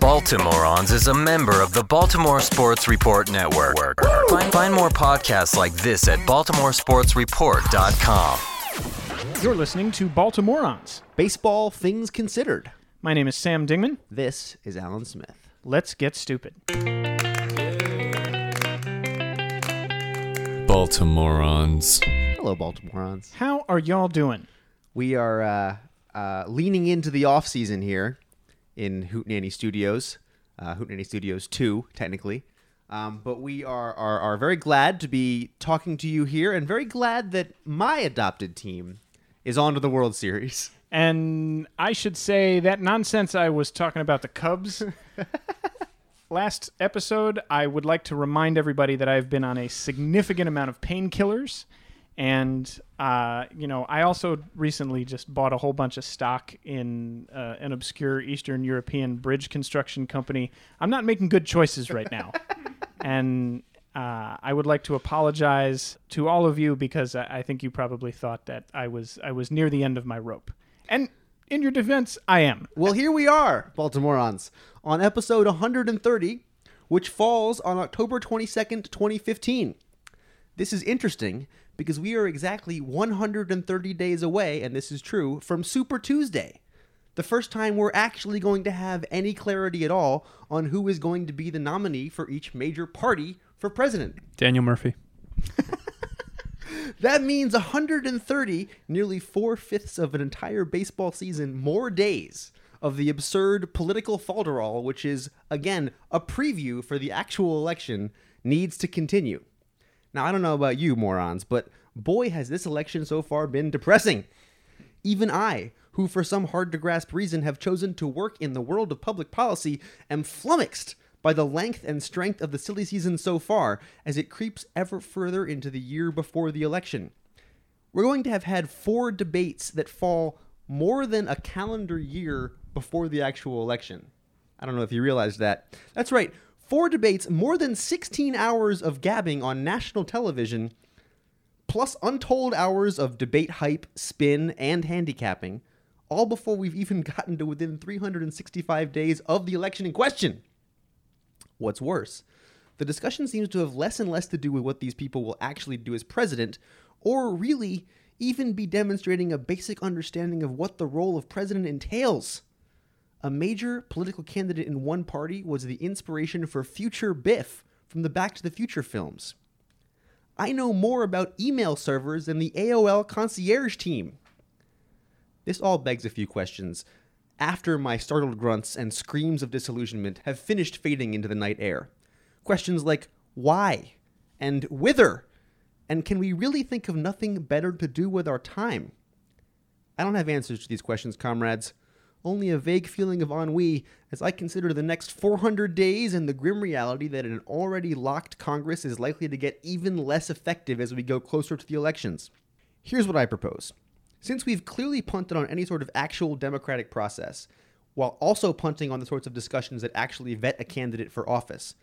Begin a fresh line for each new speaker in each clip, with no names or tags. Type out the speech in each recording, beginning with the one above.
Baltimoreans is a member of the Baltimore Sports Report Network. Find, find more podcasts like this at baltimoresportsreport.com.
You're listening to Baltimoreans.
Baseball things considered.
My name is Sam Dingman.
This is Alan Smith.
Let's get stupid.
Baltimoreans.
Hello, Baltimoreans.
How are y'all doing?
We are uh, uh, leaning into the off season here in Hootenanny Studios, uh, Hootenanny Studios Two, technically. Um, but we are, are are very glad to be talking to you here, and very glad that my adopted team is on to the World Series.
And I should say that nonsense I was talking about the Cubs. Last episode, I would like to remind everybody that I've been on a significant amount of painkillers. And, uh, you know, I also recently just bought a whole bunch of stock in uh, an obscure Eastern European bridge construction company. I'm not making good choices right now. and uh, I would like to apologize to all of you because I, I think you probably thought that I was I was near the end of my rope, and in your defense, I am.
Well, here we are, Baltimoreans, on episode 130, which falls on October 22nd, 2015. This is interesting because we are exactly 130 days away, and this is true, from Super Tuesday. The first time we're actually going to have any clarity at all on who is going to be the nominee for each major party for president.
Daniel Murphy.
That means 130, nearly four fifths of an entire baseball season, more days of the absurd political falderall, which is, again, a preview for the actual election, needs to continue. Now, I don't know about you, morons, but boy, has this election so far been depressing. Even I, who for some hard to grasp reason have chosen to work in the world of public policy, am flummoxed by the length and strength of the silly season so far as it creeps ever further into the year before the election. We're going to have had four debates that fall more than a calendar year before the actual election. I don't know if you realized that. That's right, four debates, more than 16 hours of gabbing on national television plus untold hours of debate hype, spin, and handicapping, all before we've even gotten to within 365 days of the election in question. What's worse, the discussion seems to have less and less to do with what these people will actually do as president, or really even be demonstrating a basic understanding of what the role of president entails. A major political candidate in one party was the inspiration for future Biff from the Back to the Future films. I know more about email servers than the AOL concierge team. This all begs a few questions after my startled grunts and screams of disillusionment have finished fading into the night air. Questions like why and whither? And can we really think of nothing better to do with our time? I don't have answers to these questions, comrades. Only a vague feeling of ennui as I consider the next 400 days and the grim reality that an already locked Congress is likely to get even less effective as we go closer to the elections. Here's what I propose. Since we've clearly punted on any sort of actual democratic process, while also punting on the sorts of discussions that actually vet a candidate for office,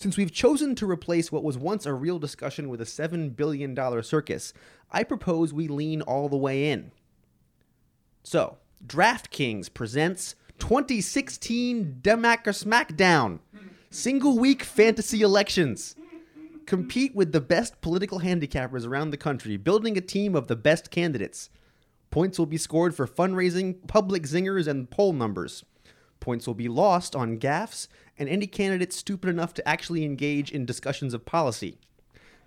since we've chosen to replace what was once a real discussion with a $7 billion circus, I propose we lean all the way in. So, DraftKings presents 2016 Demac or Smackdown single week fantasy elections. Compete with the best political handicappers around the country, building a team of the best candidates. Points will be scored for fundraising, public zingers, and poll numbers. Points will be lost on gaffes and any candidate stupid enough to actually engage in discussions of policy.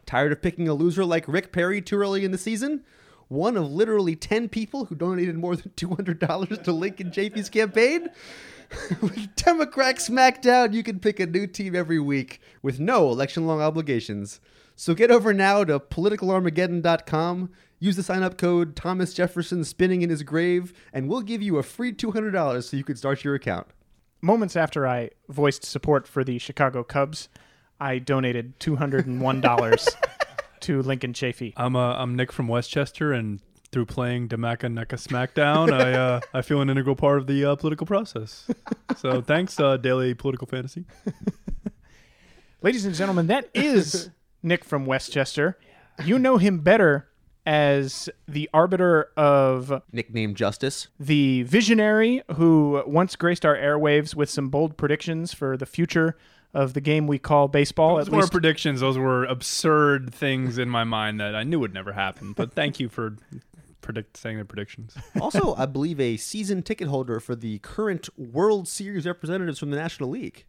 Tired of picking a loser like Rick Perry too early in the season? One of literally 10 people who donated more than $200 to Lincoln JP's campaign? with Democrat SmackDown, you can pick a new team every week with no election long obligations. So get over now to politicalarmageddon.com, use the sign up code Thomas Jefferson spinning in his grave, and we'll give you a free $200 so you can start your account.
Moments after I voiced support for the Chicago Cubs, I donated two hundred and one dollars to Lincoln Chafee.
I'm uh, I'm Nick from Westchester, and through playing Demaka Neka Smackdown, I uh, I feel an integral part of the uh, political process. So thanks, uh, Daily Political Fantasy.
Ladies and gentlemen, that is Nick from Westchester. You know him better as the arbiter of
Nicknamed Justice.
the visionary who once graced our airwaves with some bold predictions for the future of the game we call baseball.
Those
At
were
least
predictions. Those were absurd things in my mind that I knew would never happen. But thank you for predict saying the predictions.
Also, I believe a season ticket holder for the current World Series representatives from the National League.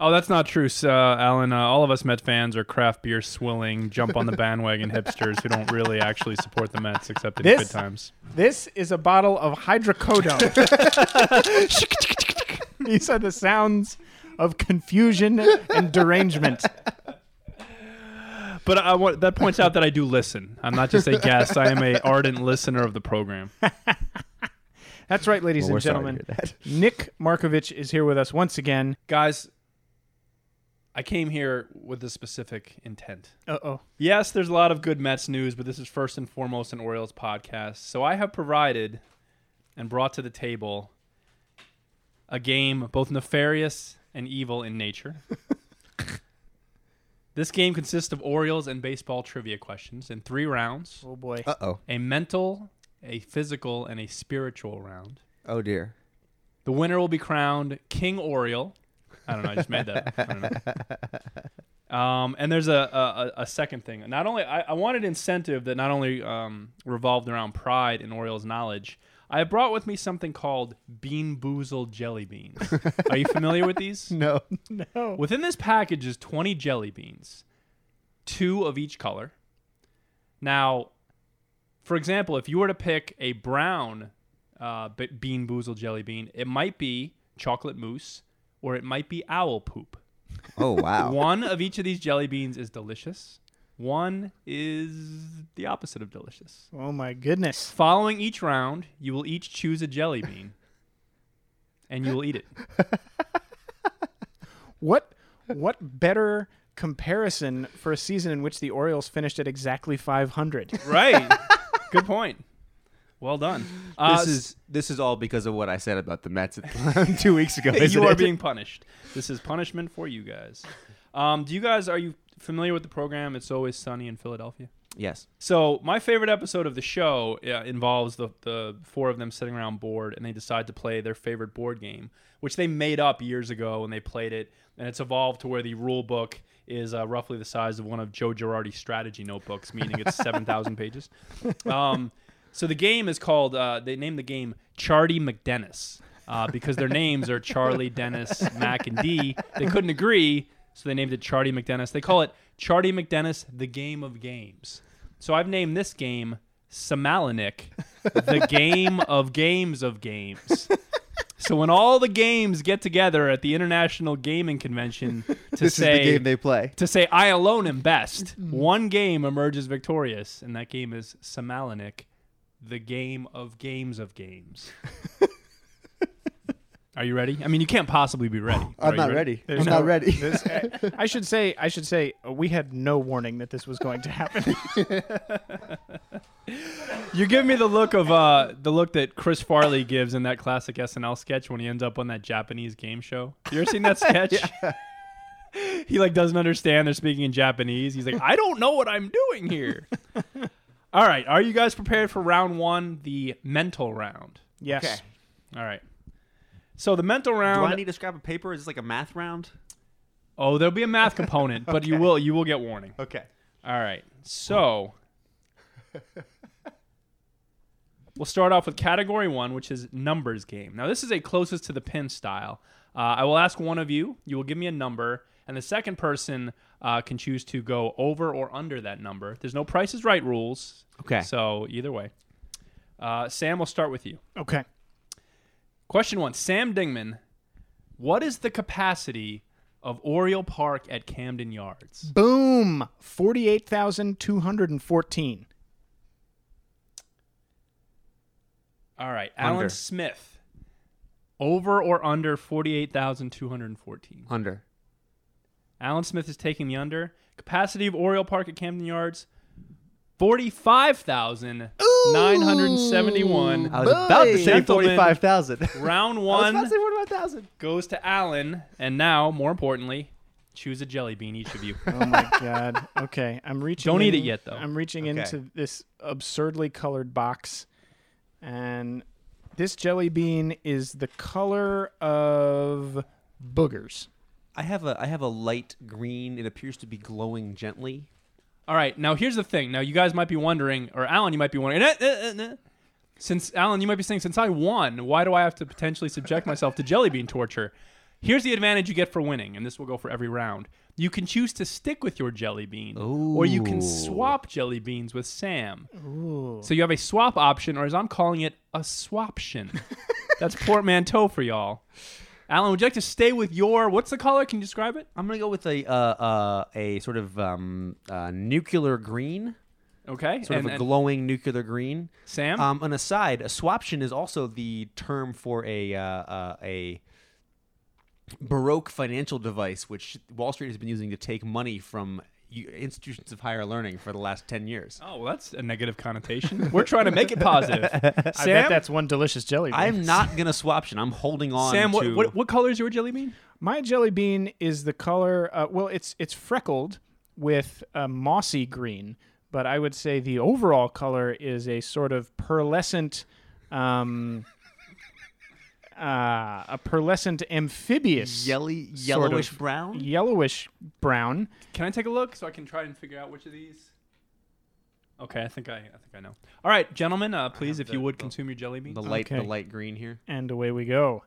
Oh, that's not true, s- uh, Alan. Uh, all of us Met fans are craft beer swilling, jump on the bandwagon hipsters who don't really actually support the Mets except in
This-
good times.
this is a bottle of hydrocodone. These are the sounds of confusion and derangement.
But I want that points out that I do listen. I'm not just a guest. I am a ardent listener of the program.
That's right, ladies and gentlemen. Nick Markovich is here with us once again.
Guys, I came here with a specific intent.
Uh oh.
Yes, there's a lot of good Mets news, but this is first and foremost an Orioles podcast. So I have provided and brought to the table a game both nefarious and evil in nature. this game consists of Orioles and baseball trivia questions in three rounds
Oh boy.
Uh oh.
a mental, a physical, and a spiritual round.
Oh dear.
The winner will be crowned King Oriole. I don't know. I just made that. I don't know. Um, and there's a, a a- a second thing. Not only I, I wanted incentive that not only um, revolved around pride in Oriole's knowledge. I brought with me something called Bean Boozled Jelly Beans. Are you familiar with these?
No.
Within this package is 20 jelly beans, two of each color. Now, for example, if you were to pick a brown uh, b- bean boozled jelly bean, it might be chocolate mousse or it might be owl poop.
Oh wow.
One of each of these jelly beans is delicious. One is the opposite of delicious.
Oh my goodness.
Following each round, you will each choose a jelly bean and you will eat it.
What what better comparison for a season in which the Orioles finished at exactly 500?
Right. Good point. Well done. Uh,
this is this is all because of what I said about the Mets two weeks ago.
you are being punished. This is punishment for you guys. Um, do you guys are you familiar with the program? It's always sunny in Philadelphia.
yes.
So my favorite episode of the show uh, involves the the four of them sitting around board, and they decide to play their favorite board game, which they made up years ago, and they played it, and it's evolved to where the rule book is uh, roughly the size of one of Joe Girardi's strategy notebooks, meaning it's seven thousand pages. Um, so the game is called. Uh, they named the game Charlie McDennis uh, because their names are Charlie, Dennis, Mac, and D. They couldn't agree, so they named it Charlie McDennis. They call it Charlie McDennis: The Game of Games. So I've named this game Samalinic, the game of games of games. So when all the games get together at the International Gaming Convention to
This
say
is the game they play.
to say I alone am best,
Mm-hmm.
one game emerges victorious, and that game is Samalinic, the game of games of games. Are you ready? I mean, you can't possibly be ready. Are
I'm
you
not ready. I'm
no-
not ready.
This- I, I should say I should say uh, we had no warning that this was going to happen.
You give me the look of uh, the look that Chris Farley gives in that classic SNL sketch when he ends up on that Japanese game show. You ever seen that sketch? he like doesn't understand they're speaking in Japanese. He's like, I don't know what I'm doing here. All right, are you guys prepared for round one, the mental round?
Yes.
Okay.
All right. So the mental
Do
round.
I need to scrap a paper? Is this like a math round?
oh, there'll be a math component, but you will you will get warning.
Okay.
All right. So we'll start off with category one, which is numbers game. Now, this is a closest to the pin style. Uh, I will ask one of you, you will give me a number, and the second person uh, can choose to go over or under that number. There's no price is right rules.
Okay.
So either way. Uh, Sam, we'll start with you.
Okay.
Question one Sam Dingman, what is the capacity of Oriole Park at Camden Yards?
Boom. 48,214.
All right, Alan
Under.
Smith. Over or under 48,214.
Under.
Alan Smith is taking the under. Capacity of Oriole Park at Camden Yards 45,971.
I was about to say
Gentlemen.
forty-five thousand.
Round
I was about to
one
say forty-five thousand.
goes to Alan, and now, more importantly, Choose a jelly bean, each of you.
Oh my god. Okay, I'm reaching.
Don't eat it
in-
yet, though.
I'm reaching
Okay.
into this absurdly colored box, and this jelly bean is the color of boogers.
I have a I have a light green. It appears to be glowing gently.
All right, now here's the thing. Now you guys might be wondering, or Alan, you might be wondering, "Eh, eh, eh, eh." since Alan, you might be saying, since I won, why do I have to potentially subject myself to jelly bean torture? Here's the advantage you get for winning, and this will go for every round. You can choose to stick with your jelly bean, or you can swap jelly beans with Sam. So you have a swap option, or as I'm calling it, a swaption. That's portmanteau for y'all. Alan, would you like to stay with your? What's the color? Can you describe it?
I'm gonna go with a uh, uh, a sort of um, uh, nuclear green,
Okay,
sort of
and-
a
and
glowing nuclear green.
Sam.
Um, an aside, a swaption is also the term for a uh, uh, a baroque financial device, which Wall Street has been using to take money from u- institutions of higher learning for the last ten years.
Oh, well, that's a negative connotation. We're trying to make it positive.
I bet
Sam,
that's one delicious jelly bean.
I'm not gonna swaption. I'm holding on.
Sam, what,
to...
what, what color is your jelly bean?
My jelly bean is the color. Uh, well, it's it's freckled with a mossy green, but I would say the overall color is a sort of pearlescent, um, uh, a pearlescent amphibious
Yelly,
sort of
yellowish brown.
yellowish brown.
Can I take a look so I can try and figure out which of these? Okay, I think I, I think I know. All right, gentlemen, uh, please, if you would consume your jelly bean.
The light, the
Okay.
light green here.
And away we go.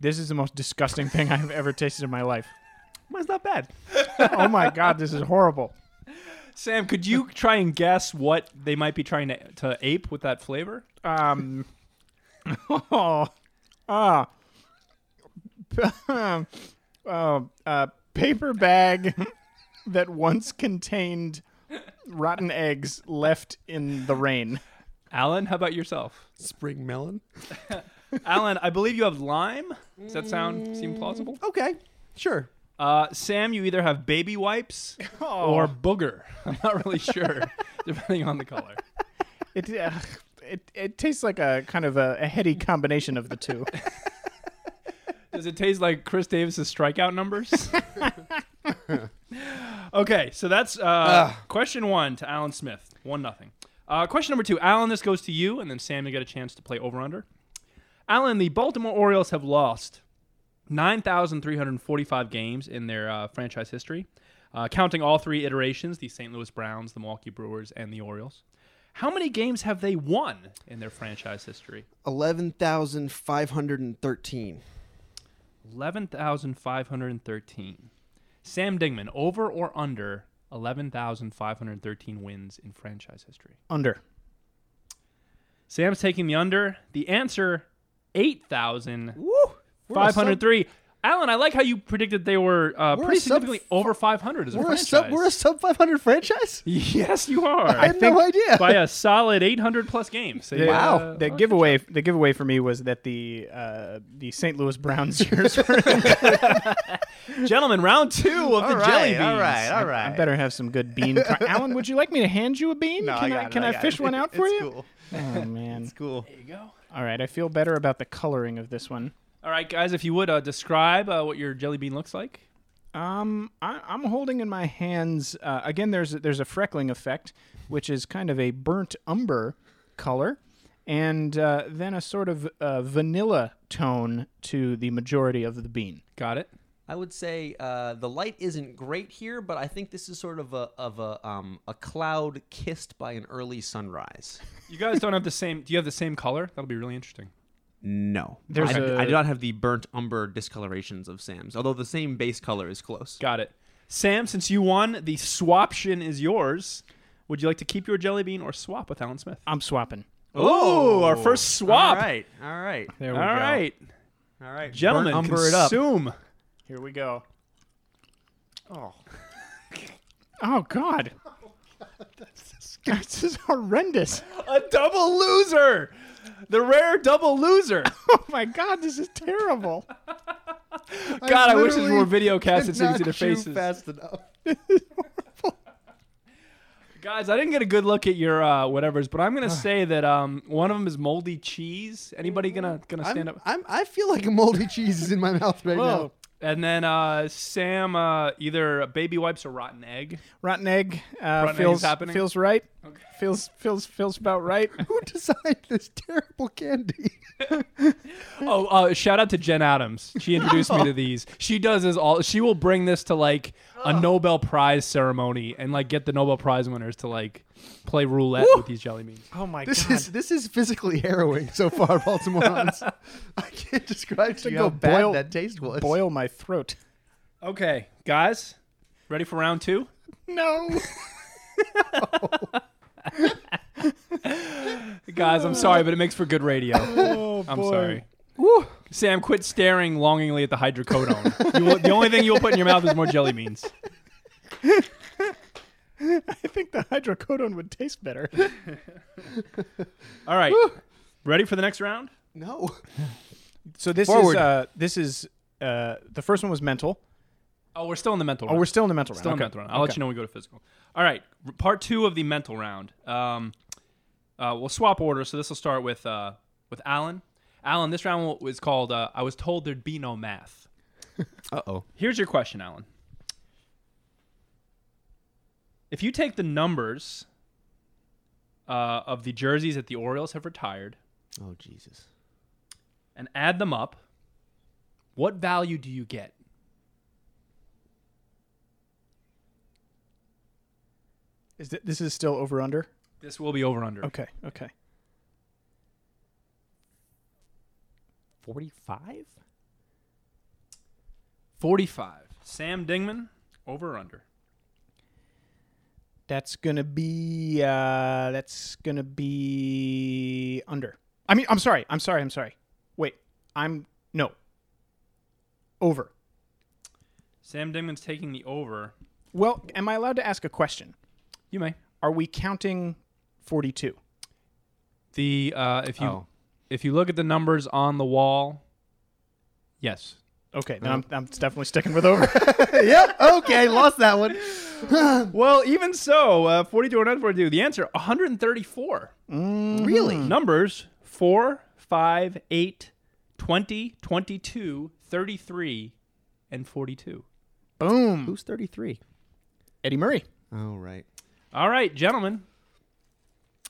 This is the most disgusting thing I've ever tasted in my life.
Mine's not bad.
Oh my god, this is horrible.
Sam, could you try and guess what they might be trying to, to ape with that flavor?
Um. oh. Ah. um, oh, uh, paper bag that once contained rotten eggs left in the rain.
Alan, how about yourself?
Spring melon.
Alan, I believe you have lime. Does that sound seem plausible?
Okay, sure.
Uh, Sam, you either have baby wipes or booger. I'm not really sure, depending on the color.
It uh, it it tastes like a kind of a, a heady combination of the two.
Does it taste like Chris Davis's strikeout numbers? okay, so that's uh, question one to Alan Smith. One nothing. Uh, question number two, Alan. This goes to you, and then Sam, you get a chance to play over under. Alan, the Baltimore Orioles have lost nine thousand three hundred forty-five games in their uh, franchise history, uh, counting all three iterations: the St. Louis Browns, the Milwaukee Brewers, and the Orioles. How many games have they won in their franchise history?
11,513.
11,513. Sam Dingman, over or under 11,513 wins in franchise history?
Under.
Sam's taking the under. The answer, 8,503. Alan, I like how you predicted they were uh,
We're
pretty
a sub-
significantly over 500 as a
We're a
franchise.
sub we're a sub 500 franchise?
yes, you
I
are.
had no idea.
By a solid 800 plus games. So you-
The, uh,
Wow.
The giveaway the giveaway for me was that the uh, the St. Louis Browns years were
Gentlemen, round two of the jelly beans.
all right, all
I
right.
better have some good bean. Car- Alan, would you like me to hand you a bean? can I, can I, fish one out for
it's
you?
Cool.
Oh man!
Cool.
There you go.
All right, I feel better about the coloring of this one.
All right, guys, if you would uh, describe uh, what your jelly bean looks like.
Um, I, I'm holding in my hands. Uh, again, there's a, there's a freckling effect, which is kind of a burnt umber color, and uh, then a sort of uh, vanilla tone to the majority of the bean.
Got it.
I would say uh, the light isn't great here, but I think this is sort of a of a um, a cloud kissed by an early sunrise.
You guys don't have the same. Do you have the same color? That'll be really interesting.
No,
There's
I,
a-
I do not have the burnt umber discolorations of Sam's, although the same base color is close.
Got it. Sam, since you won, the swaption is yours. Would you like to keep your jelly bean or swap with Alan Smith?
I'm swapping.
Oh, our first swap.
All right, all right,
There
All
we go.
right,
all right,
gentlemen,
Burnt umber it up.
consume.
Here we go. Oh. oh God. This is horrendous.
A double loser, the rare double loser.
Oh my God, this is terrible.
God, I wish this
literally
were video casted so you could see their
Not chew
faces.
fast enough.
Guys, I didn't get a good look at your uh, whatever's, but
Ah.
I'm gonna say that um, one of them is moldy cheese. Anybody gonna gonna stand
I'm,
up?
I'm, I feel like a moldy cheese is in my mouth right now.
And then uh, Sam uh, either baby wipes or rotten egg.
Rotten egg uh,
Rotten
feels
egg's happening?
feels right. Feels feels feels about right.
Who designed this terrible candy?
Oh, uh, shout out to Jen Adams. She introduced me to these. She does this all. She will bring this to like a Nobel Prize ceremony and like get the Nobel Prize winners to like play roulette with these jelly beans.
Oh my
This
god!
is this is physically harrowing so far, Baltimoreans. I can't describe to you
go
how bad
boil-
that taste was.
Boil my throat.
Okay, guys, ready for round two?
No.
Guys, I'm sorry, but it makes for good radio.
Oh boy.
I'm sorry. Sam, quit staring longingly at the hydrocodone. you will, the only thing you'll put in your mouth is more jelly beans.
I think the hydrocodone would taste better.
All right, ready for the next round?
No.
So this
Forward.
is uh, this is uh, the first one was mental.
Oh, we're still in the mental.
Oh,
round.
we're still in the mental
Still
round.
in
Okay.
mental round. I'll let you know when we go to physical. All right, r- part two of the mental round. Um, uh, we'll swap order, so this will start with uh, with Alan. Alan, this round was called uh, "I was told there'd be no math."
Uh oh.
Here's your question, Alan. If you take the numbers uh, of the jerseys that the Orioles have retired
Oh Jesus.
and add them up, what value do you get?
Is thi- this is still over under?
This will be over under.
Okay. Okay.
Forty-five. Forty-five. Sam Dingman, over or under?
That's gonna be uh, that's gonna be under. I mean, I'm sorry. I'm sorry. I'm sorry. Wait. I'm no. Over.
Sam Dingman's taking the over.
Well, am I allowed to ask a question?
You may.
Are we counting 42?
The uh, if you
Oh.
if you look at the numbers on the wall, yes.
Okay, then I'm, I'm definitely sticking with over.
Uh, yep. Okay. Lost that one.
Well, even so, uh, 42 or not 42, the answer 134.
Mm-hmm.
Hmm.
Really?
Numbers 4, 5, 8, 20, 22, 33, and 42.
Boom.
Who's 33?
Eddie Murray.
Oh right.
All right, gentlemen.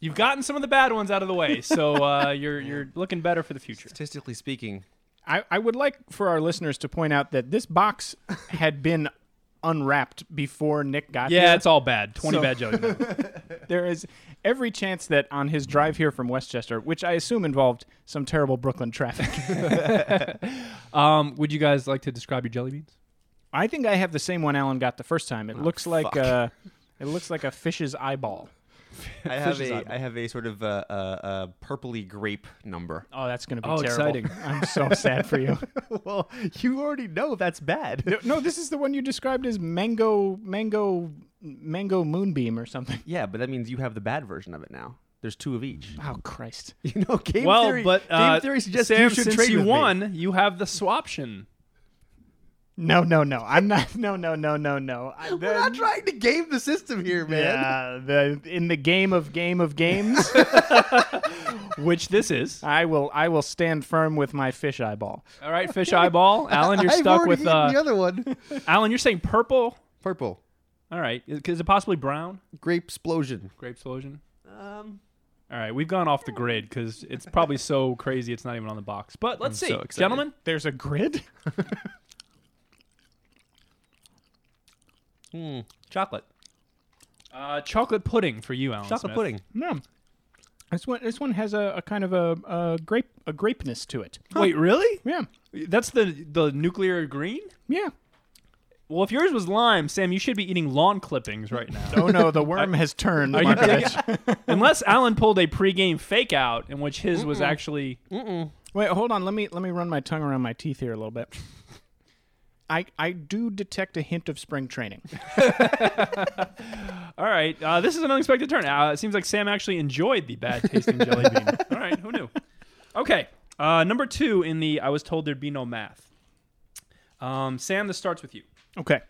You've gotten some of the bad ones out of the way, so uh, you're you're looking better for the future.
Statistically speaking,
I, I would like for our listeners to point out that this box had been unwrapped before Nick got here.
Yeah, it's all bad. 20
So-
bad jelly beans.
There is every chance that on his drive here from Westchester, which I assume involved some terrible Brooklyn traffic,
Um, would you guys like to describe your jelly beans?
I think I have the same one Alan got the first time.
Oh,
It looks like uh, it looks like a fish's eyeball.
I have
Fish's
a
eyeball.
I have a sort of uh, uh, uh, purpley grape number.
Oh, that's going to be
Oh,
terrible.
exciting.
I'm so sad for you.
Well, you already know that's bad.
No, no, this is the one you described as mango, mango, mango moonbeam or something.
Yeah, but that means you have the bad version of it now. There's two of each.
Oh Christ!
You know, game
well,
theory.
but
game
uh,
theory suggests
Sam,
you should
since
trade
you
with me.
won, you have the swaption.
No, no, no. I'm not. No, no, no, no, no. I, the,
We're not trying to game the system here, man.
yeah, the in the game of game of games,
which this is.
I will I will stand firm with my fish eyeball.
All right, fish eyeball. Alan, you're
I've
stuck
already
with.
eaten the
Uh,
other one.
Alan, you're saying purple.
Purple
All right, is, is it possibly brown?
grape explosion.
Grape explosion. Um. All right, we've gone off the grid because it's probably so crazy it's not even on the box. But let's see,
so excited.
gentlemen.
There's a grid.
Chocolate. Uh, chocolate pudding for you, Alan.
Chocolate
Smith.
pudding.
No, this one this one has a, a kind of a, a grape a grapeness to it.
Wait, really?
Yeah,
That's the the nuclear green.
yeah.
Well, if yours was lime, Sam, you should be eating lawn clippings right now.
Oh no, the worm has turned.
you
Markovich.
Unless Alan pulled a pregame fake out in which his was actually
Wait, hold on. Let me let me run my tongue around my teeth here a little bit. I I do detect a hint of spring training.
all right. Uh, this is an unexpected turn. Uh, it seems like Sam actually enjoyed the bad tasting jelly bean. All right, who knew? Okay, uh, number two in the I was told there'd be no math. Um, Sam, this starts with you.
Okay.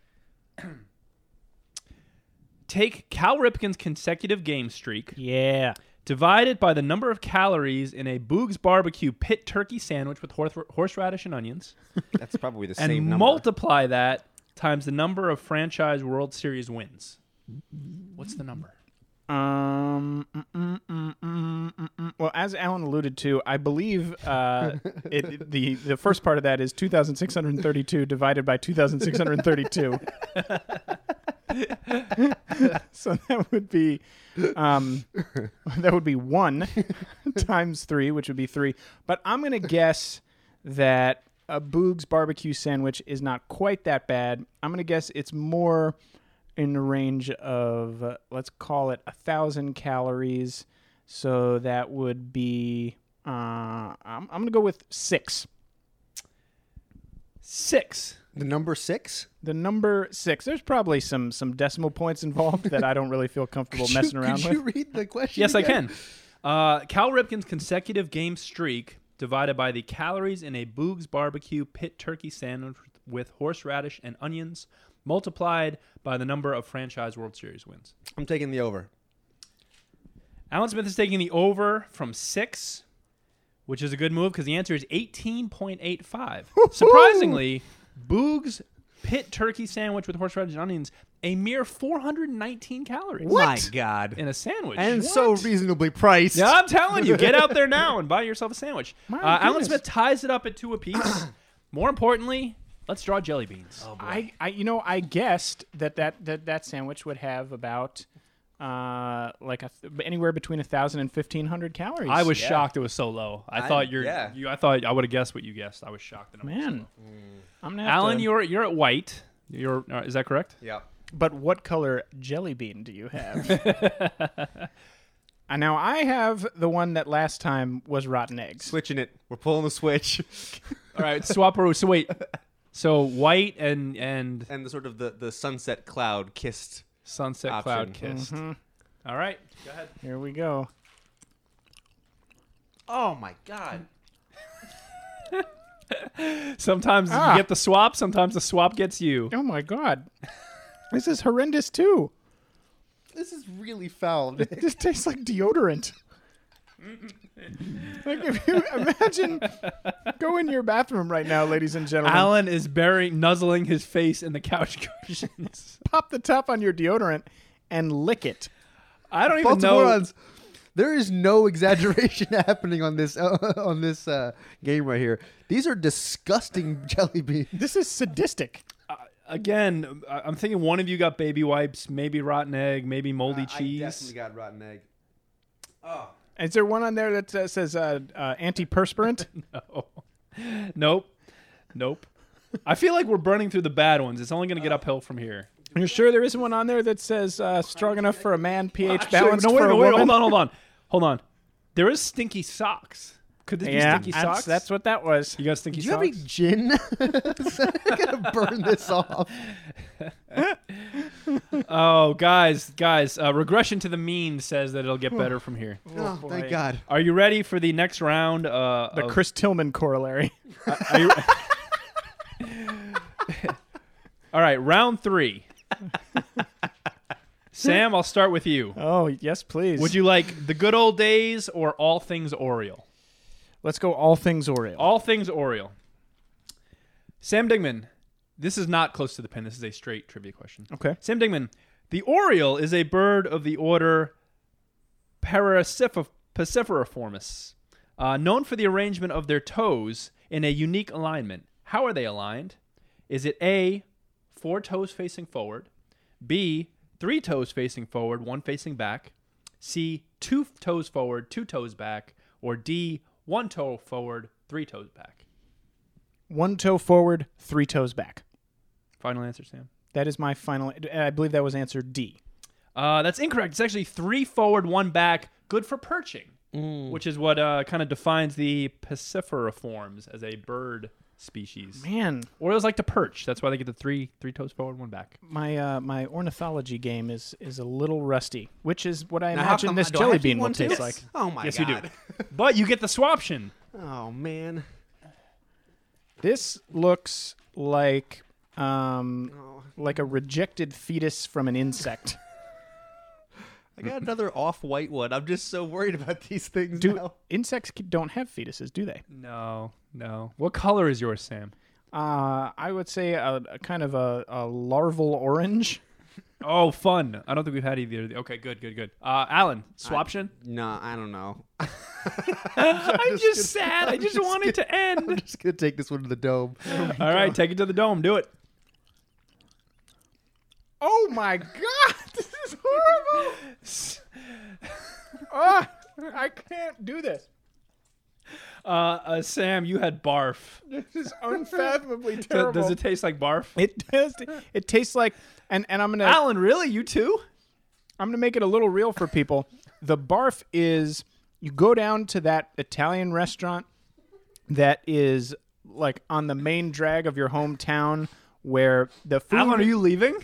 Take Cal Ripken's consecutive game streak,
Yeah.
divide it by the number of calories in a Boog's Barbecue pit turkey sandwich with horse- horseradish and onions,
That's probably the
and
same number.
multiply that times the number of franchise World Series wins. What's the number?
Um. mm, mm, mm, mm, mm, mm. Well, as Alan alluded to, I believe uh, it, the the first part of that is 2,632 divided by 2,632. so that would be, um, that would be one times three, which would be three. But I'm gonna guess that a Boog's barbecue sandwich is not quite that bad. I'm gonna guess it's more in the range of uh, let's call it a thousand calories. So that would be uh, I'm, I'm gonna go with six.
Six.
The number six?
The number six. There's probably some some decimal points involved that I don't really feel comfortable messing around
Could
with.
you read the question?
Yes, I
again?
can. Uh, Cal Ripken's consecutive game streak divided by the calories in a Boog's barbecue pit turkey sandwich with horseradish and onions multiplied by the number of franchise World Series wins.
I'm taking the over.
Alan Smith is taking the over from six, which is a good move because the answer is 18.85. Surprisingly, Boog's pit turkey sandwich with horseradish and onions, a mere 419 calories
My God.
in a sandwich.
And so reasonably priced.
Yeah, I'm telling you, get out there now and buy yourself a sandwich. Uh, Alan
goodness.
Smith ties it up at two apiece. More importantly, let's draw jelly beans.
I, I you know I guessed that that that, that sandwich would have about uh like a th- anywhere between a thousand and fifteen hundred calories.
I was shocked it was so low. I,
I-
thought you're,
yeah.
you. I thought I would have guessed what you guessed. I was shocked. That I'm
man. I'm gonna have
Alan,
to-
you're you're at white. You're uh, is that correct?
Yeah.
But what color jelly bean do you have? and now I have the one that last time was rotten eggs.
Switching it. We're pulling the switch.
All right, Swaparoo. So wait, so white and and
and the sort of the, the sunset cloud kissed.
sunset
Option.
cloud kissed.
Mm-hmm.
All right,
Here we go.
Oh my God.
sometimes
Ah.
you get the swap, sometimes the swap gets you.
Oh my god. This is horrendous too.
This is really foul. Nick.
This tastes like deodorant. like if you imagine go in your bathroom right now, ladies and gentlemen.
Alan is burying, nuzzling his face in the couch cushions.
Pop the top on your deodorant and lick it.
I don't even know.
Baltimoreans. There is no exaggeration happening on this on this uh, game right here. These are disgusting jelly beans.
This is sadistic.
Again, I- I'm thinking one of you got baby wipes, maybe rotten egg, maybe moldy cheese.
got rotten egg.
Is there one on there that uh, says uh, uh, antiperspirant?
no. Nope. Nope. I feel like we're burning through the bad ones. It's only going to get uphill from here.
You're sure there isn't one on there that says uh, strong enough for a man, pH
Actually,
balanced
no, wait,
for
no,
a
wait,
woman?
hold on, hold on. Hold on. There is stinky socks. Could this
Yeah,
be stinky
that's-
socks?
That's what that was.
you got stinky
Do you have
socks.
any gin? I gotta burn this off.
Oh, guys, guys, uh, regression to the mean says that it'll get better from here.
Oh,
boy.
thank God.
Are you ready for the next round? Uh,
The
of-
Chris Tillman corollary.
Are you- All right, round three. Sam, I'll start with you.
Oh, yes, please.
Would you like the good old days or all things Oreo?
Let's go all things Oreo.
All things Oreo. Sam Dingman, this is not close to the pin. This is a straight trivia question.
okay.
Sam Dingman, the Oriole is a bird of the order Paracif- Paciferoformis, uh, known for the arrangement of their toes in a unique alignment. How are they aligned? Is it A, four toes facing forward, B, three toes facing forward, one facing back, C, two toes forward, two toes back, or D, one toe forward, three toes back?
One toe forward, three toes back.
Final answer, Sam.
That is my final. I believe that was answer D.
Uh, that's incorrect. It's actually three forward, one back. Good for perching, which is what uh, kind of defines the Paciferoforms as a bird species.
Man,
Orioles like to perch. That's why they get the three three toes forward, one back.
my uh, my ornithology game is is a little rusty, which is what I
Now, how
imagine
come
this
I- do I
jelly
have to eat
bean will
one too?
taste like.
Oh my
Yes,
God.
you do. But you get the swaption.
Oh man.
This looks like um like a rejected fetus from an insect.
I got another off-white one. I'm just so worried about these things
Do
now.
insects c- don't have fetuses? Do they?
No, no. What color is yours, Sam?
Uh, I would say a, a kind of a, a larval orange.
Oh, fun. I don't think we've had either. of the- Okay, good, good, good. Uh, Alan, swaption.
No, I don't know.
I'm, just, sad. i just want it to
I'm
end.
just gonna take this one to the dome.
All right, take it to the dome. Do it.
Oh my god, this is horrible! Ah, I can't do this.
Uh, uh, Sam, you had barf.
This is unfathomably
Th-
terrible.
Does it taste like barf?
It does. It tastes like, and and I'm gonna
Alan, really? You too?
I'm gonna make it a little real for people. The barf is you go down to that Italian restaurant that is like on the main drag of your hometown where the food.
Alan, are you leaving?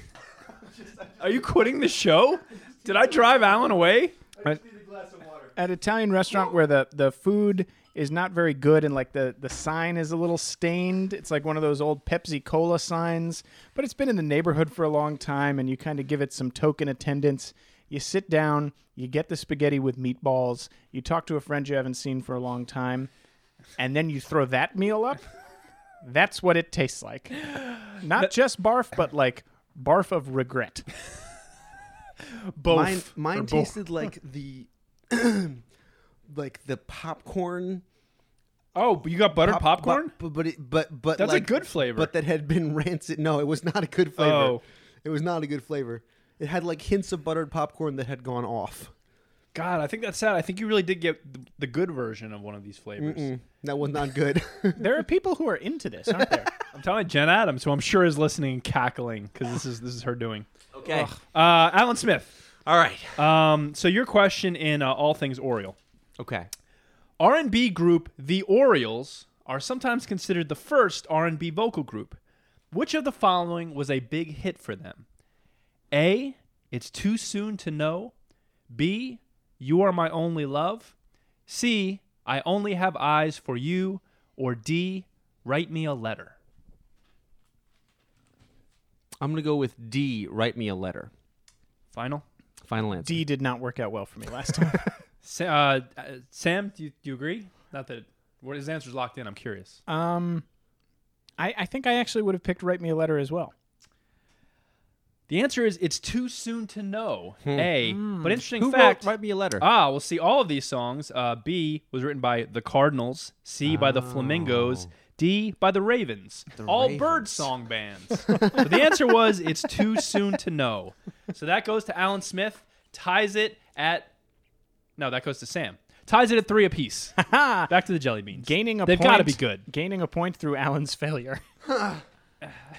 Are you quitting the show? Did I drive Alan away?
at Italian restaurant where the the food is not very good and like the the sign is a little stained. It's like one of those old Pepsi Cola signs, but it's been in the neighborhood for a long time and you kind of give it some token attendance. You sit down, you get the spaghetti with meatballs, you talk to a friend you haven't seen for a long time, and then you throw that meal up. That's what it tastes like. Not just barf, but like barf of regret.
Both.
Mine, mine
Or both.
tasted like the, like the popcorn.
Oh, but you got buttered
pop-
popcorn?
but but it, but, but
That's a
like-
good flavor.
But that had been rancid. No, it was not a good flavor.
Oh.
It was not a good flavor. It had like hints of buttered popcorn that had gone off.
God, I think that's sad. I think you really did get th- the good version of one of these flavors.
That was not good.
There are people who are into this, aren't there?
I'm telling you, Jen Adams, who I'm sure is listening and cackling because this is this is her doing.
Okay.
Uh, Alan Smith.
All right.
Um, so your question in uh, all things Oriole.
Okay.
R&B group The Orioles are sometimes considered the first R&B vocal group. Which of the following was a big hit for them? A. It's Too Soon to Know. B. You Are My Only Love. C. I Only Have Eyes for You. Or D. Write Me a Letter.
I'm gonna go with D. Write me a letter.
Final.
Final answer.
D did not work out well for me last time.
Sa- uh, uh, Sam, do you, do you agree? Not that what his answer's locked in. I'm curious.
Uh,
Um, I, I think I actually would have picked Write Me a Letter as well.
The answer is it's too soon to know. A, but interesting
Hmm. Who
fact.
wrote Write me a letter?
Ah, we'll see. All of these songs. Uh, B was written by the Cardinals. C by the Flamingos.
Oh.
D by the Ravens. all bird song bands. but the answer was it's too soon to know. So that goes to Alan Smith. Ties it at. No, that goes to Sam. Ties it at three apiece. Back to the jelly beans.
Gaining a
They've
point.
got to be good.
Gaining a point through Alan's failure.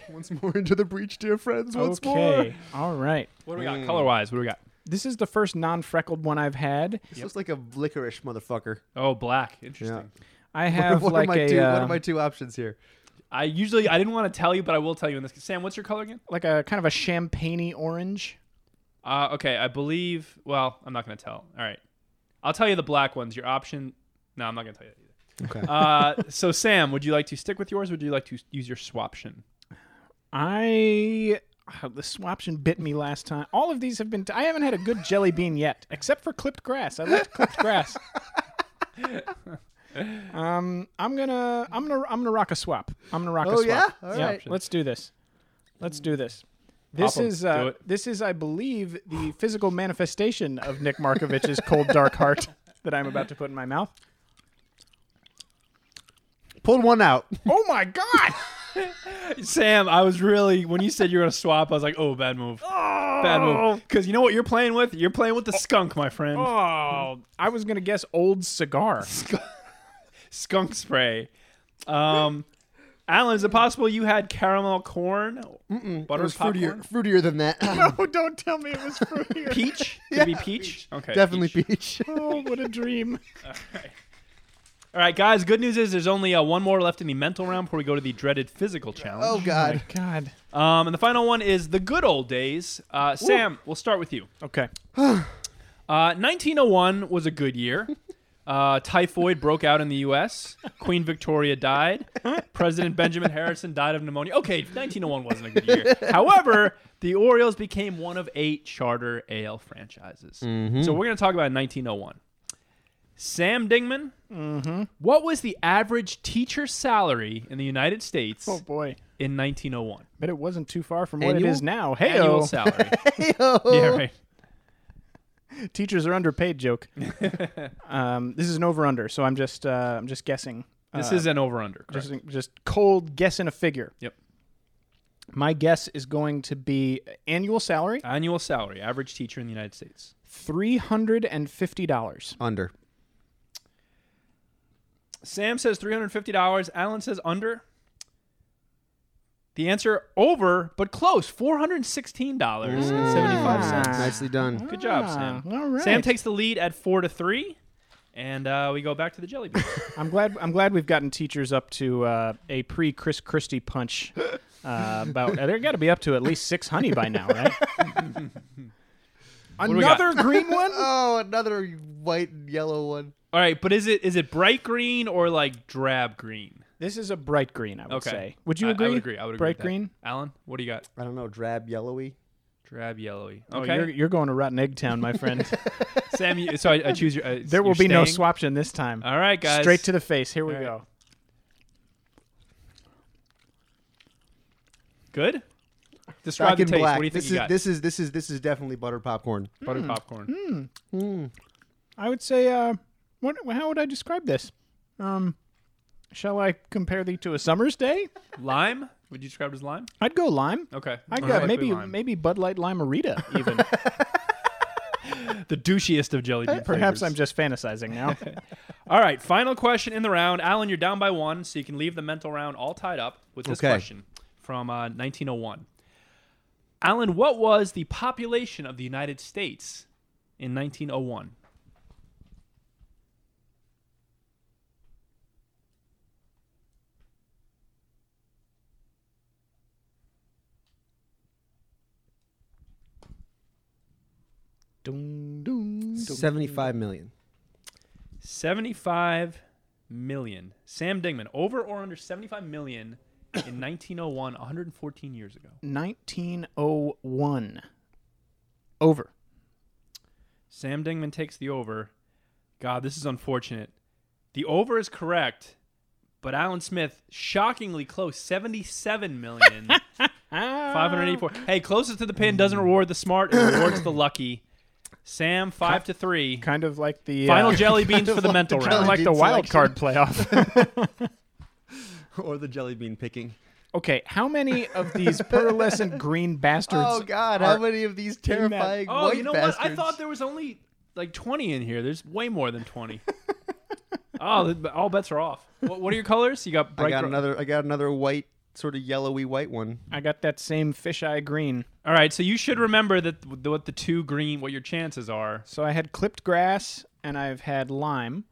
Once more into the breach, dear friends. Once more.
okay. All right.
What do we got?
Mm.
Color wise, what do we got?
This is the first non freckled one I've had.
This looks like a licorice motherfucker.
Oh, black. Interesting.
I have
What,
like
are my
a
two,
uh,
what are my two options here?
I usually I didn't want to tell you, but I will tell you in this. Sam, what's your color again?
like a kind of a champagne orange.
Uh, okay, I believe. Well, I'm not going to tell. All right, I'll tell you the black ones. Your option. No, I'm not going to tell you that either.
Okay.
Uh, so Sam, would you like to stick with yours? Or would you like to use your swaption?
I oh, the swaption bit me last time. All of these have been. I I haven't had a good jelly bean yet, except for clipped grass. I liked clipped grass. um, I'm gonna, I'm gonna, I'm gonna rock a swap. I'm gonna rock a
Oh
swap.
yeah. All
Yeah,
right.
let's do this. Let's do this. This
Pop 'em.
is
Do
uh,
it.
this is, I believe, the physical manifestation of Nick Markovich's cold, dark heart that I'm about to put in my mouth.
Pulled one out.
Oh my god!
Sam, I was really when you said you were going to swap, I was like, oh, bad move, bad move.
Oh!
Because you know what you're playing with? You're playing with the skunk, my friend.
Oh, I was gonna guess old cigar.
Skunk spray. Um, Alan, is it possible you had caramel corn, butter
It was
popcorn,
fruitier, fruitier than that.
Oh, don't tell me it was fruitier.
peach? Could it be peach? Okay,
Definitely
peach.
peach.
oh, what a dream!
All right, guys. Good news is there's only uh, one more left in the mental round before we go to the dreaded physical challenge.
oh God.
God.
Um, and the final one is the good old days. Uh, Sam, we'll start with you.
Okay.
oh Uh, 1901 was a good year. Uh, Uh, typhoid broke out in the U.S. Queen Victoria died. President Benjamin Harrison died of pneumonia. Okay, 1901 wasn't a good year. However, the Orioles became one of eight charter AL franchises. So we're going to talk about 1901. Sam Dingman. What was the average teacher salary in the United States
Oh boy,
in 1901?
but it wasn't too far from what it
Annual?
is now. Hey,
Annual salary. Yeah, right.
teachers are underpaid joke. um, this is an over under, so I'm just uh, I'm just guessing.
This
Uh,
is an over under.
just just cold guessing a figure.
Yep.
My guess is going to be annual salary
Annual salary, average teacher in the United States.
three hundred and fifty dollars.
Under.
Sam says three hundred fifty dollars. Alan says under. The answer over, but close. Four hundred sixteen dollars and seventy five cents.
Nicely done.
Good job, Sam.
Ah. all right.
Sam takes the lead at four to three, and uh, we go back to the jelly bean.
I'm glad. I'm glad we've gotten teachers up to uh, a pre Chris Christie punch. Uh, about they're got to be up to at least six honey by now, right?
do we got?
Another green one.
Oh, another white and yellow one.
All right, but is it is it bright green or like drab green?
This is a bright green. I would
Okay.
say. Would you
I-
agree?
I, would agree. I would agree.
Bright
with that.
green.
Alan, what do you got?
I don't know, drab yellowy.
Drab yellowy.
Oh,
Okay,
you're, you're going to Rotten Egg Town, my friend.
Sam. You, so I, I choose your. Uh,
there will
you're
be no
staying?
swaption this time.
All right, guys.
Straight to the face. Here we
All right.
go.
good. Describe
Back
the
in
taste.
black.
What do you think
this
you
is
got?
this is this is this is definitely butter popcorn.
Mm.
butter popcorn.
I would say, uh, what, how would I describe this? Um, shall I compare thee to a summer's day?
Lime? Would you describe it as lime?
I'd go lime.
Okay.
I'd
All
go
right.
maybe
Lime.
maybe Bud Light Limerita even.
the douchiest of jelly bean
Eh, Perhaps
flavors.
I'm just fantasizing now.
All right, final question in the round. Alan, you're down by one, so you can leave the mental round all tied up with this
Okay.
question from uh, 1901. Alan, what was the population of the United States in 1901?
Dun, dun, dun.
Seventy-five million.
75 million. Sam Dingman, over or under 75 million in 1901, 114 years ago.
1901. Over.
Sam Dingman takes the over. God, this is unfortunate. The over is correct, but Alan Smith shockingly close, seventy-seven million five hundred eighty-four. Hey, closest to the pin doesn't reward the smart; it rewards the lucky. Sam five to three.
Kind of like the
Final
uh,
jelly beans for the mental
kind of
round.
like the
bean
wild
selection.
card playoff.
or the jelly bean picking.
okay, how many of these pearlescent green bastards?
Oh God! How many of these terrifying
oh,
white
you know
bastards?
what? I thought there was only like twenty in here. There's way more than twenty. oh, th- all bets are off. What, what are your colors? You got bright.
I got
gr-
another. I got another white, sort of yellowy white one.
I got that same fisheye green.
All right, so you should remember that th- what the two green, what your chances are.
So I had clipped grass and I've had lime.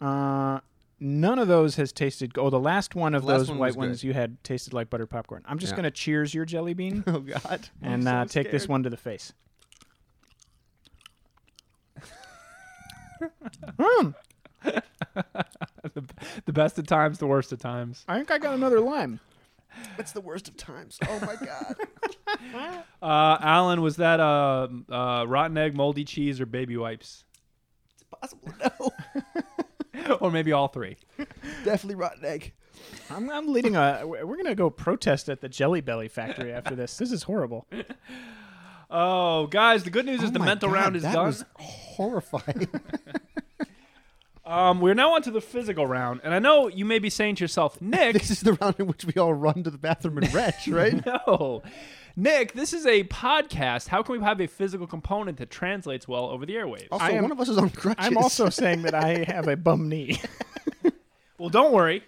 Uh, none of those has tasted. Oh, the last one of
last
those
one was
white ones you had tasted like buttered popcorn. I'm just gonna cheers your jelly bean
Oh God!
and uh, take this one to the face. Hmm,
The best of times, the worst of times.
I think I got another lime.
It's the worst of times. Oh my God!
Uh, Alan, was that uh, uh, rotten egg, moldy cheese, or baby wipes?
Possible no.
or maybe all three.
Definitely rotten egg.
I'm, I'm leading a. We're gonna go protest at the Jelly Belly factory after this. This is horrible.
Oh, guys, the good news is the mental round is
that
done.
was horrifying.
Um, we're now on to the physical round. And I know you may be saying to yourself, Nick,
this is the round in which we all run to the bathroom and retch, right?
no. Nick, this is a podcast. How can we have a physical component that translates well over the airwaves?
Also,
I am-
one of us is on crutches.
I'm also saying that I have a bum knee.
Well, don't worry.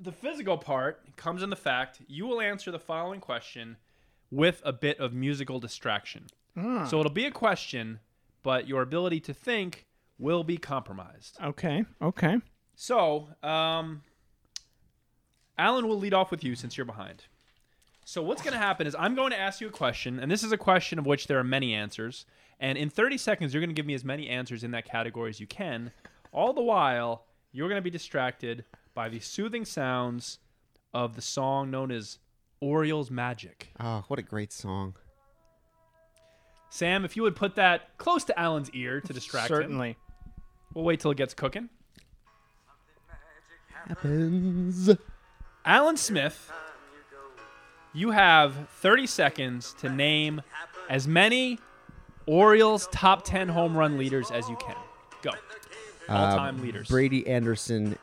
The physical part comes in the fact you will answer the following question with a bit of musical distraction. So it'll be a question, but your ability to think will be compromised.
Okay. Okay.
So, um, Alan will lead off with you since you're behind. So, what's going to happen is I'm going to ask you a question, and this is a question of which there are many answers. And in 30 seconds, you're going to give me as many answers in that category as you can, All the while, you're going to be distracted by the soothing sounds of the song known as Orioles Magic.
Oh, what a great song.
Sam, if you would put that close to Alan's ear to distract him.
Certainly.
We'll wait till it gets cooking.
Happens.
Alan Smith, you have 30 seconds to name as many Orioles top 10 home run leaders as you can. Go. All time leaders.
Uh, Brady Anderson,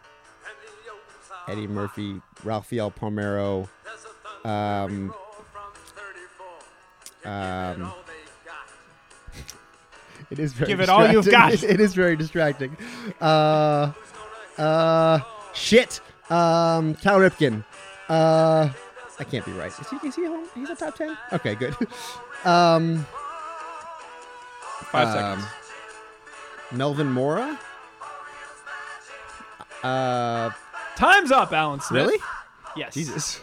Eddie Murphy, Rafael Palmero. Um, um,
It is very
Give it all you've
distracting.
got.
It is very distracting. Uh, uh,
shit. Um, Cal Ripken. Uh, I can't be right. Is he, is he home? He's a top ten. Okay, good.
um,
Five seconds.
um, Melvin Mora. Uh,
Time's up, Alan Smith.
really?
Yes.
Jesus.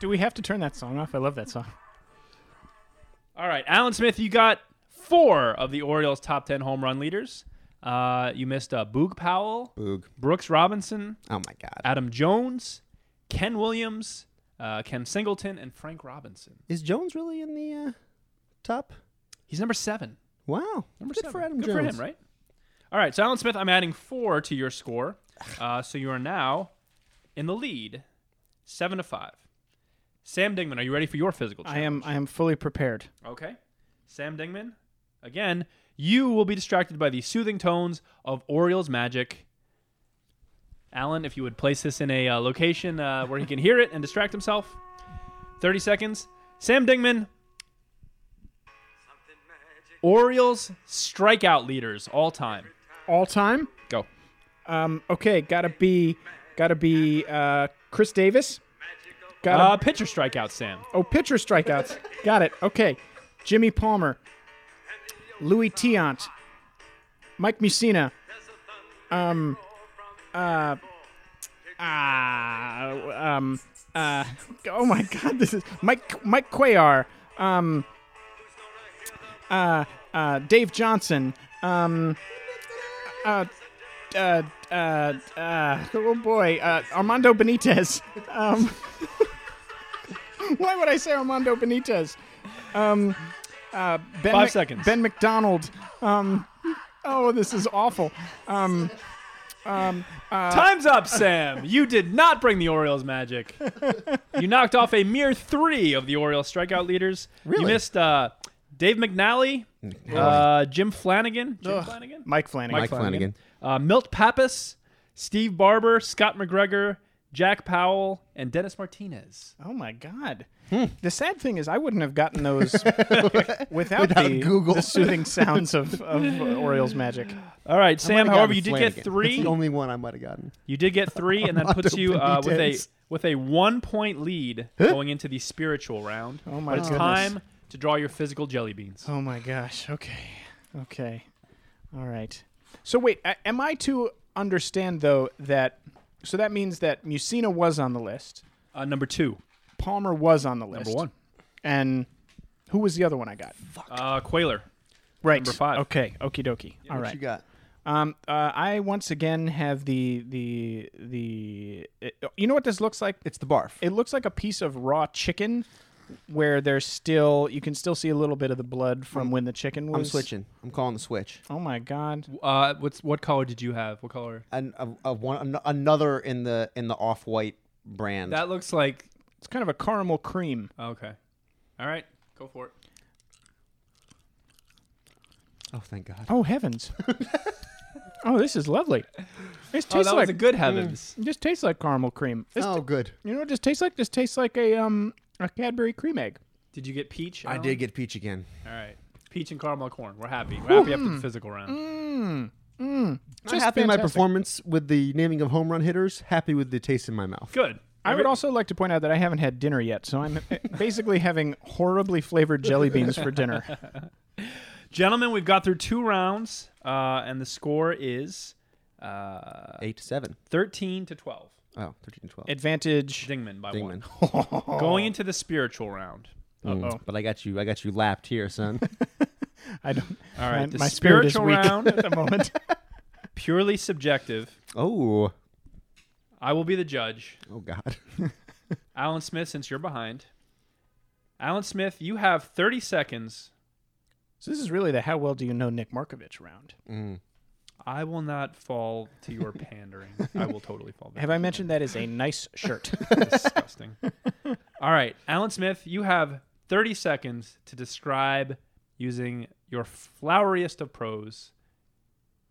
Do we have to turn that song off? I love that song.
All right, Alan Smith, you got four of the Orioles' top 10 home run leaders. Uh, you missed uh, Boog Powell,
Boog.
Brooks Robinson,
Oh my God.
Adam Jones, Ken Williams, uh, Ken Singleton, and Frank Robinson.
Is Jones really in the uh, top?
He's number seven.
Wow.
Number
Good
seven.
for Adam
Good
Jones.
for him, right? All right, so Alan Smith, I'm adding four to your score. Uh, so you are now in the lead, seven to five. Sam Dingman, are you ready for your physical
I
challenge?
am I am fully prepared.
Okay. Sam Dingman, again, you will be distracted by the soothing tones of Orioles magic. Alan, if you would place this in a uh, location uh, where he can hear it and distract himself. 30 seconds. Sam Dingman. Orioles strikeout leaders all time.
All time.
Go.
Um, okay, gotta be, gotta be uh, Chris Davis. Gotta
Uh, pitcher strikeout, Sam.
oh pitcher strikeouts. Got it. Okay, Jimmy Palmer, Louis Tiant, Mike Mussina. Um, uh, ah, um, uh, oh my God, this is Mike Mike Cuellar. Um, uh, uh, Dave Johnson. Um, uh, uh, uh, uh, oh boy, uh, Armando Benitez. Um, why would I say Armando Benitez? Um, uh, ben
Five seconds.
Ben McDonald. Um, oh, this is awful. Um, um,
Time's up, Sam. You did not bring the Orioles magic. you knocked off a mere three of the Orioles strikeout leaders.
Really?
You missed uh, Dave McNally, uh, Jim Flanagan, Jim
Ugh.
Flanagan,
Mike Flanagan.
Mike Flanagan.
uh, Milt Pappas, Steve Barber, Scott McGregor, Jack Powell, and Dennis Martinez.
Oh my God. The sad thing is, I wouldn't have gotten those without, the,
Google.
the soothing sounds of, of Orioles magic.
All right, Sam.
have
However,
gotten
you did
Flanagan.
get
That's
three.
the only one I might have gotten.
You did get three, and that puts you uh, with a
Benitez.
with a one point lead going into the spiritual round.
Oh my
But it's
goodness.
time to draw your physical jelly beans.
Oh my gosh. Okay. Okay. All right. So wait, a- am I to understand though that so that means that Musina was on the list,
Uh, number two,
Palmer was on the list,
number one,
and who was the other one I got?
uh, Quailer.
Right.
Number five.
Okay. Okie dokie. All
what
right.
you got?
Um, uh, I once again have the the the. uh, you know what this looks like?
It's the barf.
It looks like a piece of raw chicken, where there's still you can still see a little bit of the blood from when the chicken was.
I'm switching. I'm calling the switch.
Oh my god!
Uh, what's what color did you have? What color?
An, a, a one, an, another in the in the off white brand.
That looks like oh,
It's kind of a caramel cream.
okay. All right, go for it.
oh, thank God.
Oh heavens! oh, this is lovely. This tastes
Oh, that
like mm.
was a good heavens.
this tastes like caramel cream. This
Oh, good.
you know what this tastes like? This tastes like a um a Cadbury cream egg.
Did you get peach?
I
Alan?
did get peach again.
All right, peach and caramel corn. We're happy. We're happy
Mm.
after the physical round.
Not
Just
happy with my
fantastic.
performance with the naming of home run hitters. Happy with the taste in my mouth.
Good.
I would also like to point out that I haven't had dinner yet, so I'm eh, basically having horribly flavored jelly beans for dinner.
Gentlemen, we've got through two rounds, uh, and the score is uh,
Eight seven.
thirteen to twelve.
Oh, 13 12.
Advantage.
Dingman by one.
Dingman.
Going
Oh.
into the spiritual round.
Uh-oh.
But I got you. I got you lapped here, son.
Mm. I don't.
All
my-
right, the
my spirit is
spiritual
weak
round.
at the moment.
purely subjective.
Oh,
I will be the judge.
oh God.
Alan Smith, since you're behind, Alan Smith, you have 30 seconds.
So this is really the how well do you know Nick Markovich round.
I will not fall to your pandering. I will totally fall back.
Have I mentioned that is a nice shirt?
Disgusting. All right, Alan Smith, you have 30 seconds to describe using your floweriest of prose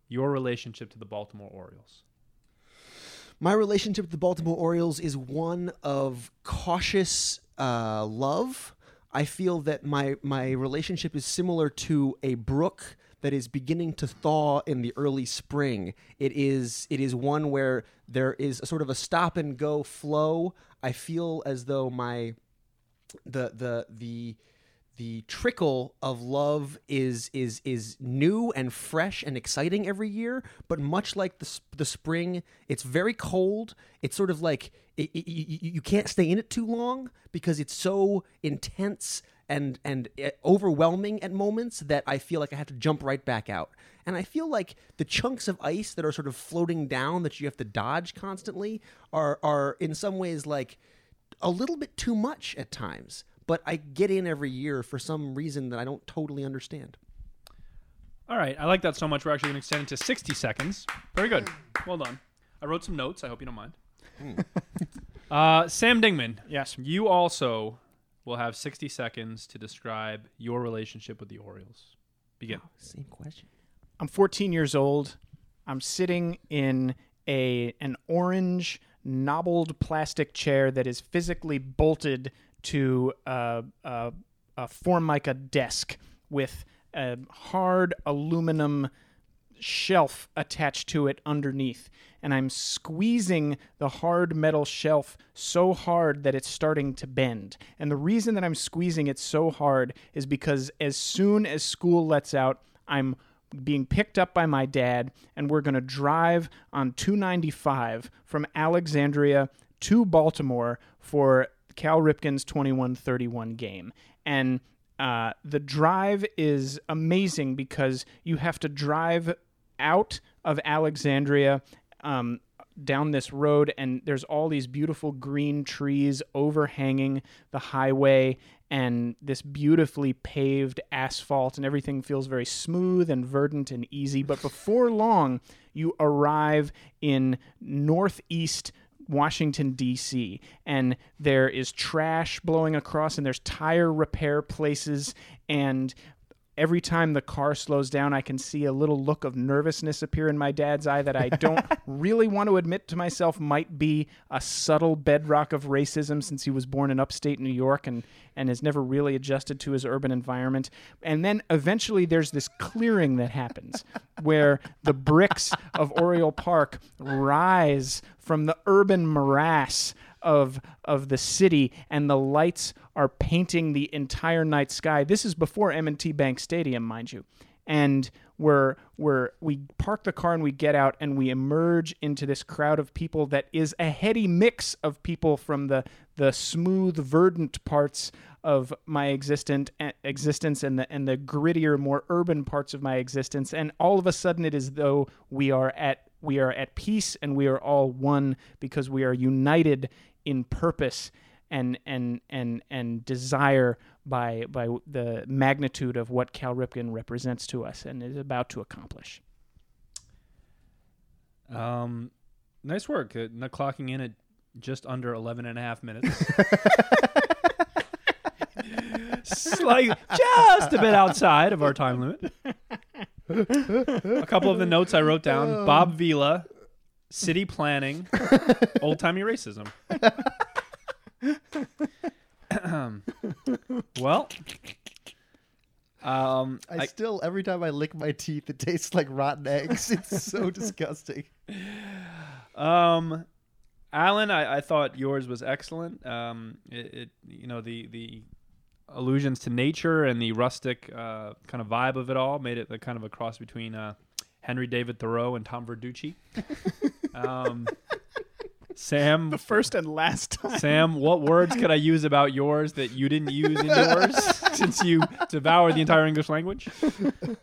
your relationship to the Baltimore Orioles.
My relationship with the Baltimore Orioles is one of cautious uh, love. I feel that my my relationship is similar to a brook that is beginning to thaw in the early spring. It is it is one where there is a sort of a stop and go flow. I feel as though my the the the the trickle of love is is is new and fresh and exciting every year but much like the, sp- the spring it's very cold it's sort of like it, it, you, you can't stay in it too long because it's so intense and and uh, overwhelming at moments that i feel like i have to jump right back out and i feel like the chunks of ice that are sort of floating down that you have to dodge constantly are are in some ways like a little bit too much at times, but I get in every year for some reason that I don't totally understand.
All right, I like that so much. We're actually going to extend it to 60 seconds. Very good. Well done. I wrote some notes. I hope you don't mind. uh, Sam Dingman,
yes.
you also will have 60 seconds to describe your relationship with the Orioles. Begin.
Same question.
I'm 14 years old. I'm sitting in a an orange knobbled plastic chair that is physically bolted to uh, a, a, a formica desk with a hard aluminum shelf attached to it underneath and i'm squeezing the hard metal shelf so hard that it's starting to bend and the reason that i'm squeezing it so hard is because as soon as school lets out i'm being picked up by my dad and we're going to drive on 295 from alexandria to baltimore for cal ripken's 2131 game and uh, the drive is amazing because you have to drive out of Alexandria um, down this road, and there's all these beautiful green trees overhanging the highway, and this beautifully paved asphalt, and everything feels very smooth and verdant and easy. But before long, you arrive in northeast. Washington, D.C., and there is trash blowing across, and there's tire repair places, and every time the car slows down, I can see a little look of nervousness appear in my dad's eye that I don't really want to admit to myself might be a subtle bedrock of racism since he was born in upstate New York and, and has never really adjusted to his urban environment. And then eventually there's this clearing that happens where the bricks of Oriole Park rise from the urban morass of of the city and the lights are painting the entire night sky. This is before M&T Bank Stadium, mind you. And we're, we're we park the car and we get out and we emerge into this crowd of people that is a heady mix of people from the the smooth verdant parts of my existent eh, existence and the and the grittier more urban parts of my existence and all of a sudden it is though we are at we are at peace and we are all one because we are united in purpose and and and and desire by by the magnitude of what Cal Ripken represents to us and is about to accomplish.
Um, nice work. Uh, not clocking in at just under 11 and a half minutes. Slight, just a bit outside of our time limit. a couple of the notes I wrote down Bob Vila, city planning, old timey racism. well, um,
I,
I,
still every time I lick my teeth, it tastes like rotten eggs. It's so disgusting.
Um, Alan, I, I thought yours was excellent. Um, it, it you know the the allusions to nature and the rustic uh, kind of vibe of it all made it the kind of a cross between uh, Henry David Thoreau and Tom Verducci. um, Sam,
First and last time.
Sam, what words could I use about yours that you didn't use in yours since you devoured the entire English language?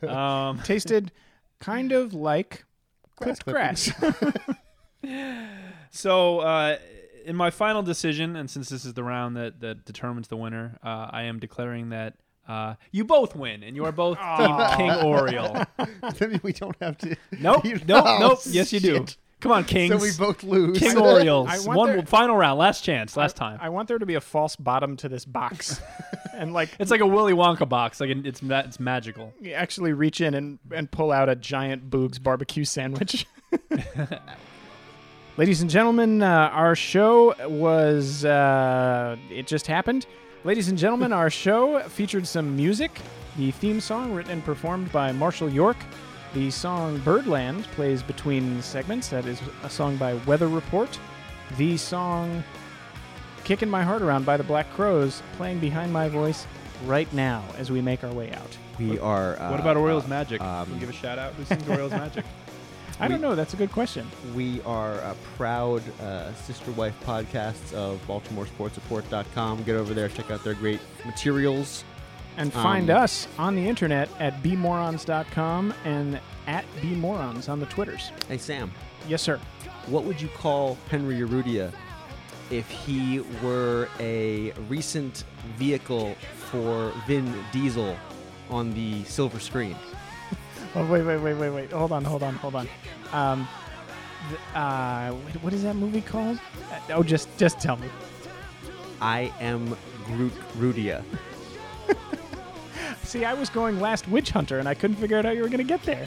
Um,
Tasted kind of like Clipped grass.
So, uh, in my final decision, and since this is the round that, that determines the winner, uh, I am declaring that uh, you both win, and you are both Team King Oriole.
I mean, we don't have to.
Nope,
You-
nope, nope.
Oh,
Yes, you do.
shit.
Come on, Kings.
So we both lose.
King Orioles.
I want
One
there-
final round, last chance, last time.
I want there to be a false bottom to this box, and like
it's like a Willy Wonka box. Like it's ma- it's magical.
you actually reach in and, and pull out a giant Boog's barbecue sandwich. Ladies and gentlemen, uh, our show was. Uh, it just happened. Ladies and gentlemen, our show featured some music. The theme song, written and performed by Marshall York. The song Birdland plays between segments. That is a song by Weather Report. The song Kicking My Heart Around by the Black Crows, playing behind my voice right now as we make our way out.
We are. Uh,
What about Orioles
uh,
Magic?
um,
Can we give a shout out. Who sings Orioles Magic?
I don't know. That's a good question.
We are a proud uh, sister wife podcasts of BaltimoreSportsReport.com. Get over there, check out their great materials.
And find
Um,
us on the internet at bmorons.com and at bmorons on the Twitters.
Hey Sam,
Yes, sir.
what would you call Henry Arudia if he were a recent vehicle for Vin Diesel on the silver screen?
Oh, wait, wait, wait, wait, wait. Hold on, hold on, hold on. Um, th- uh, what- what is that movie called? Uh, oh, just just tell me.
I am Groot Rudia.
See, I was going last Witch Hunter, and I couldn't figure out how you were going to get there.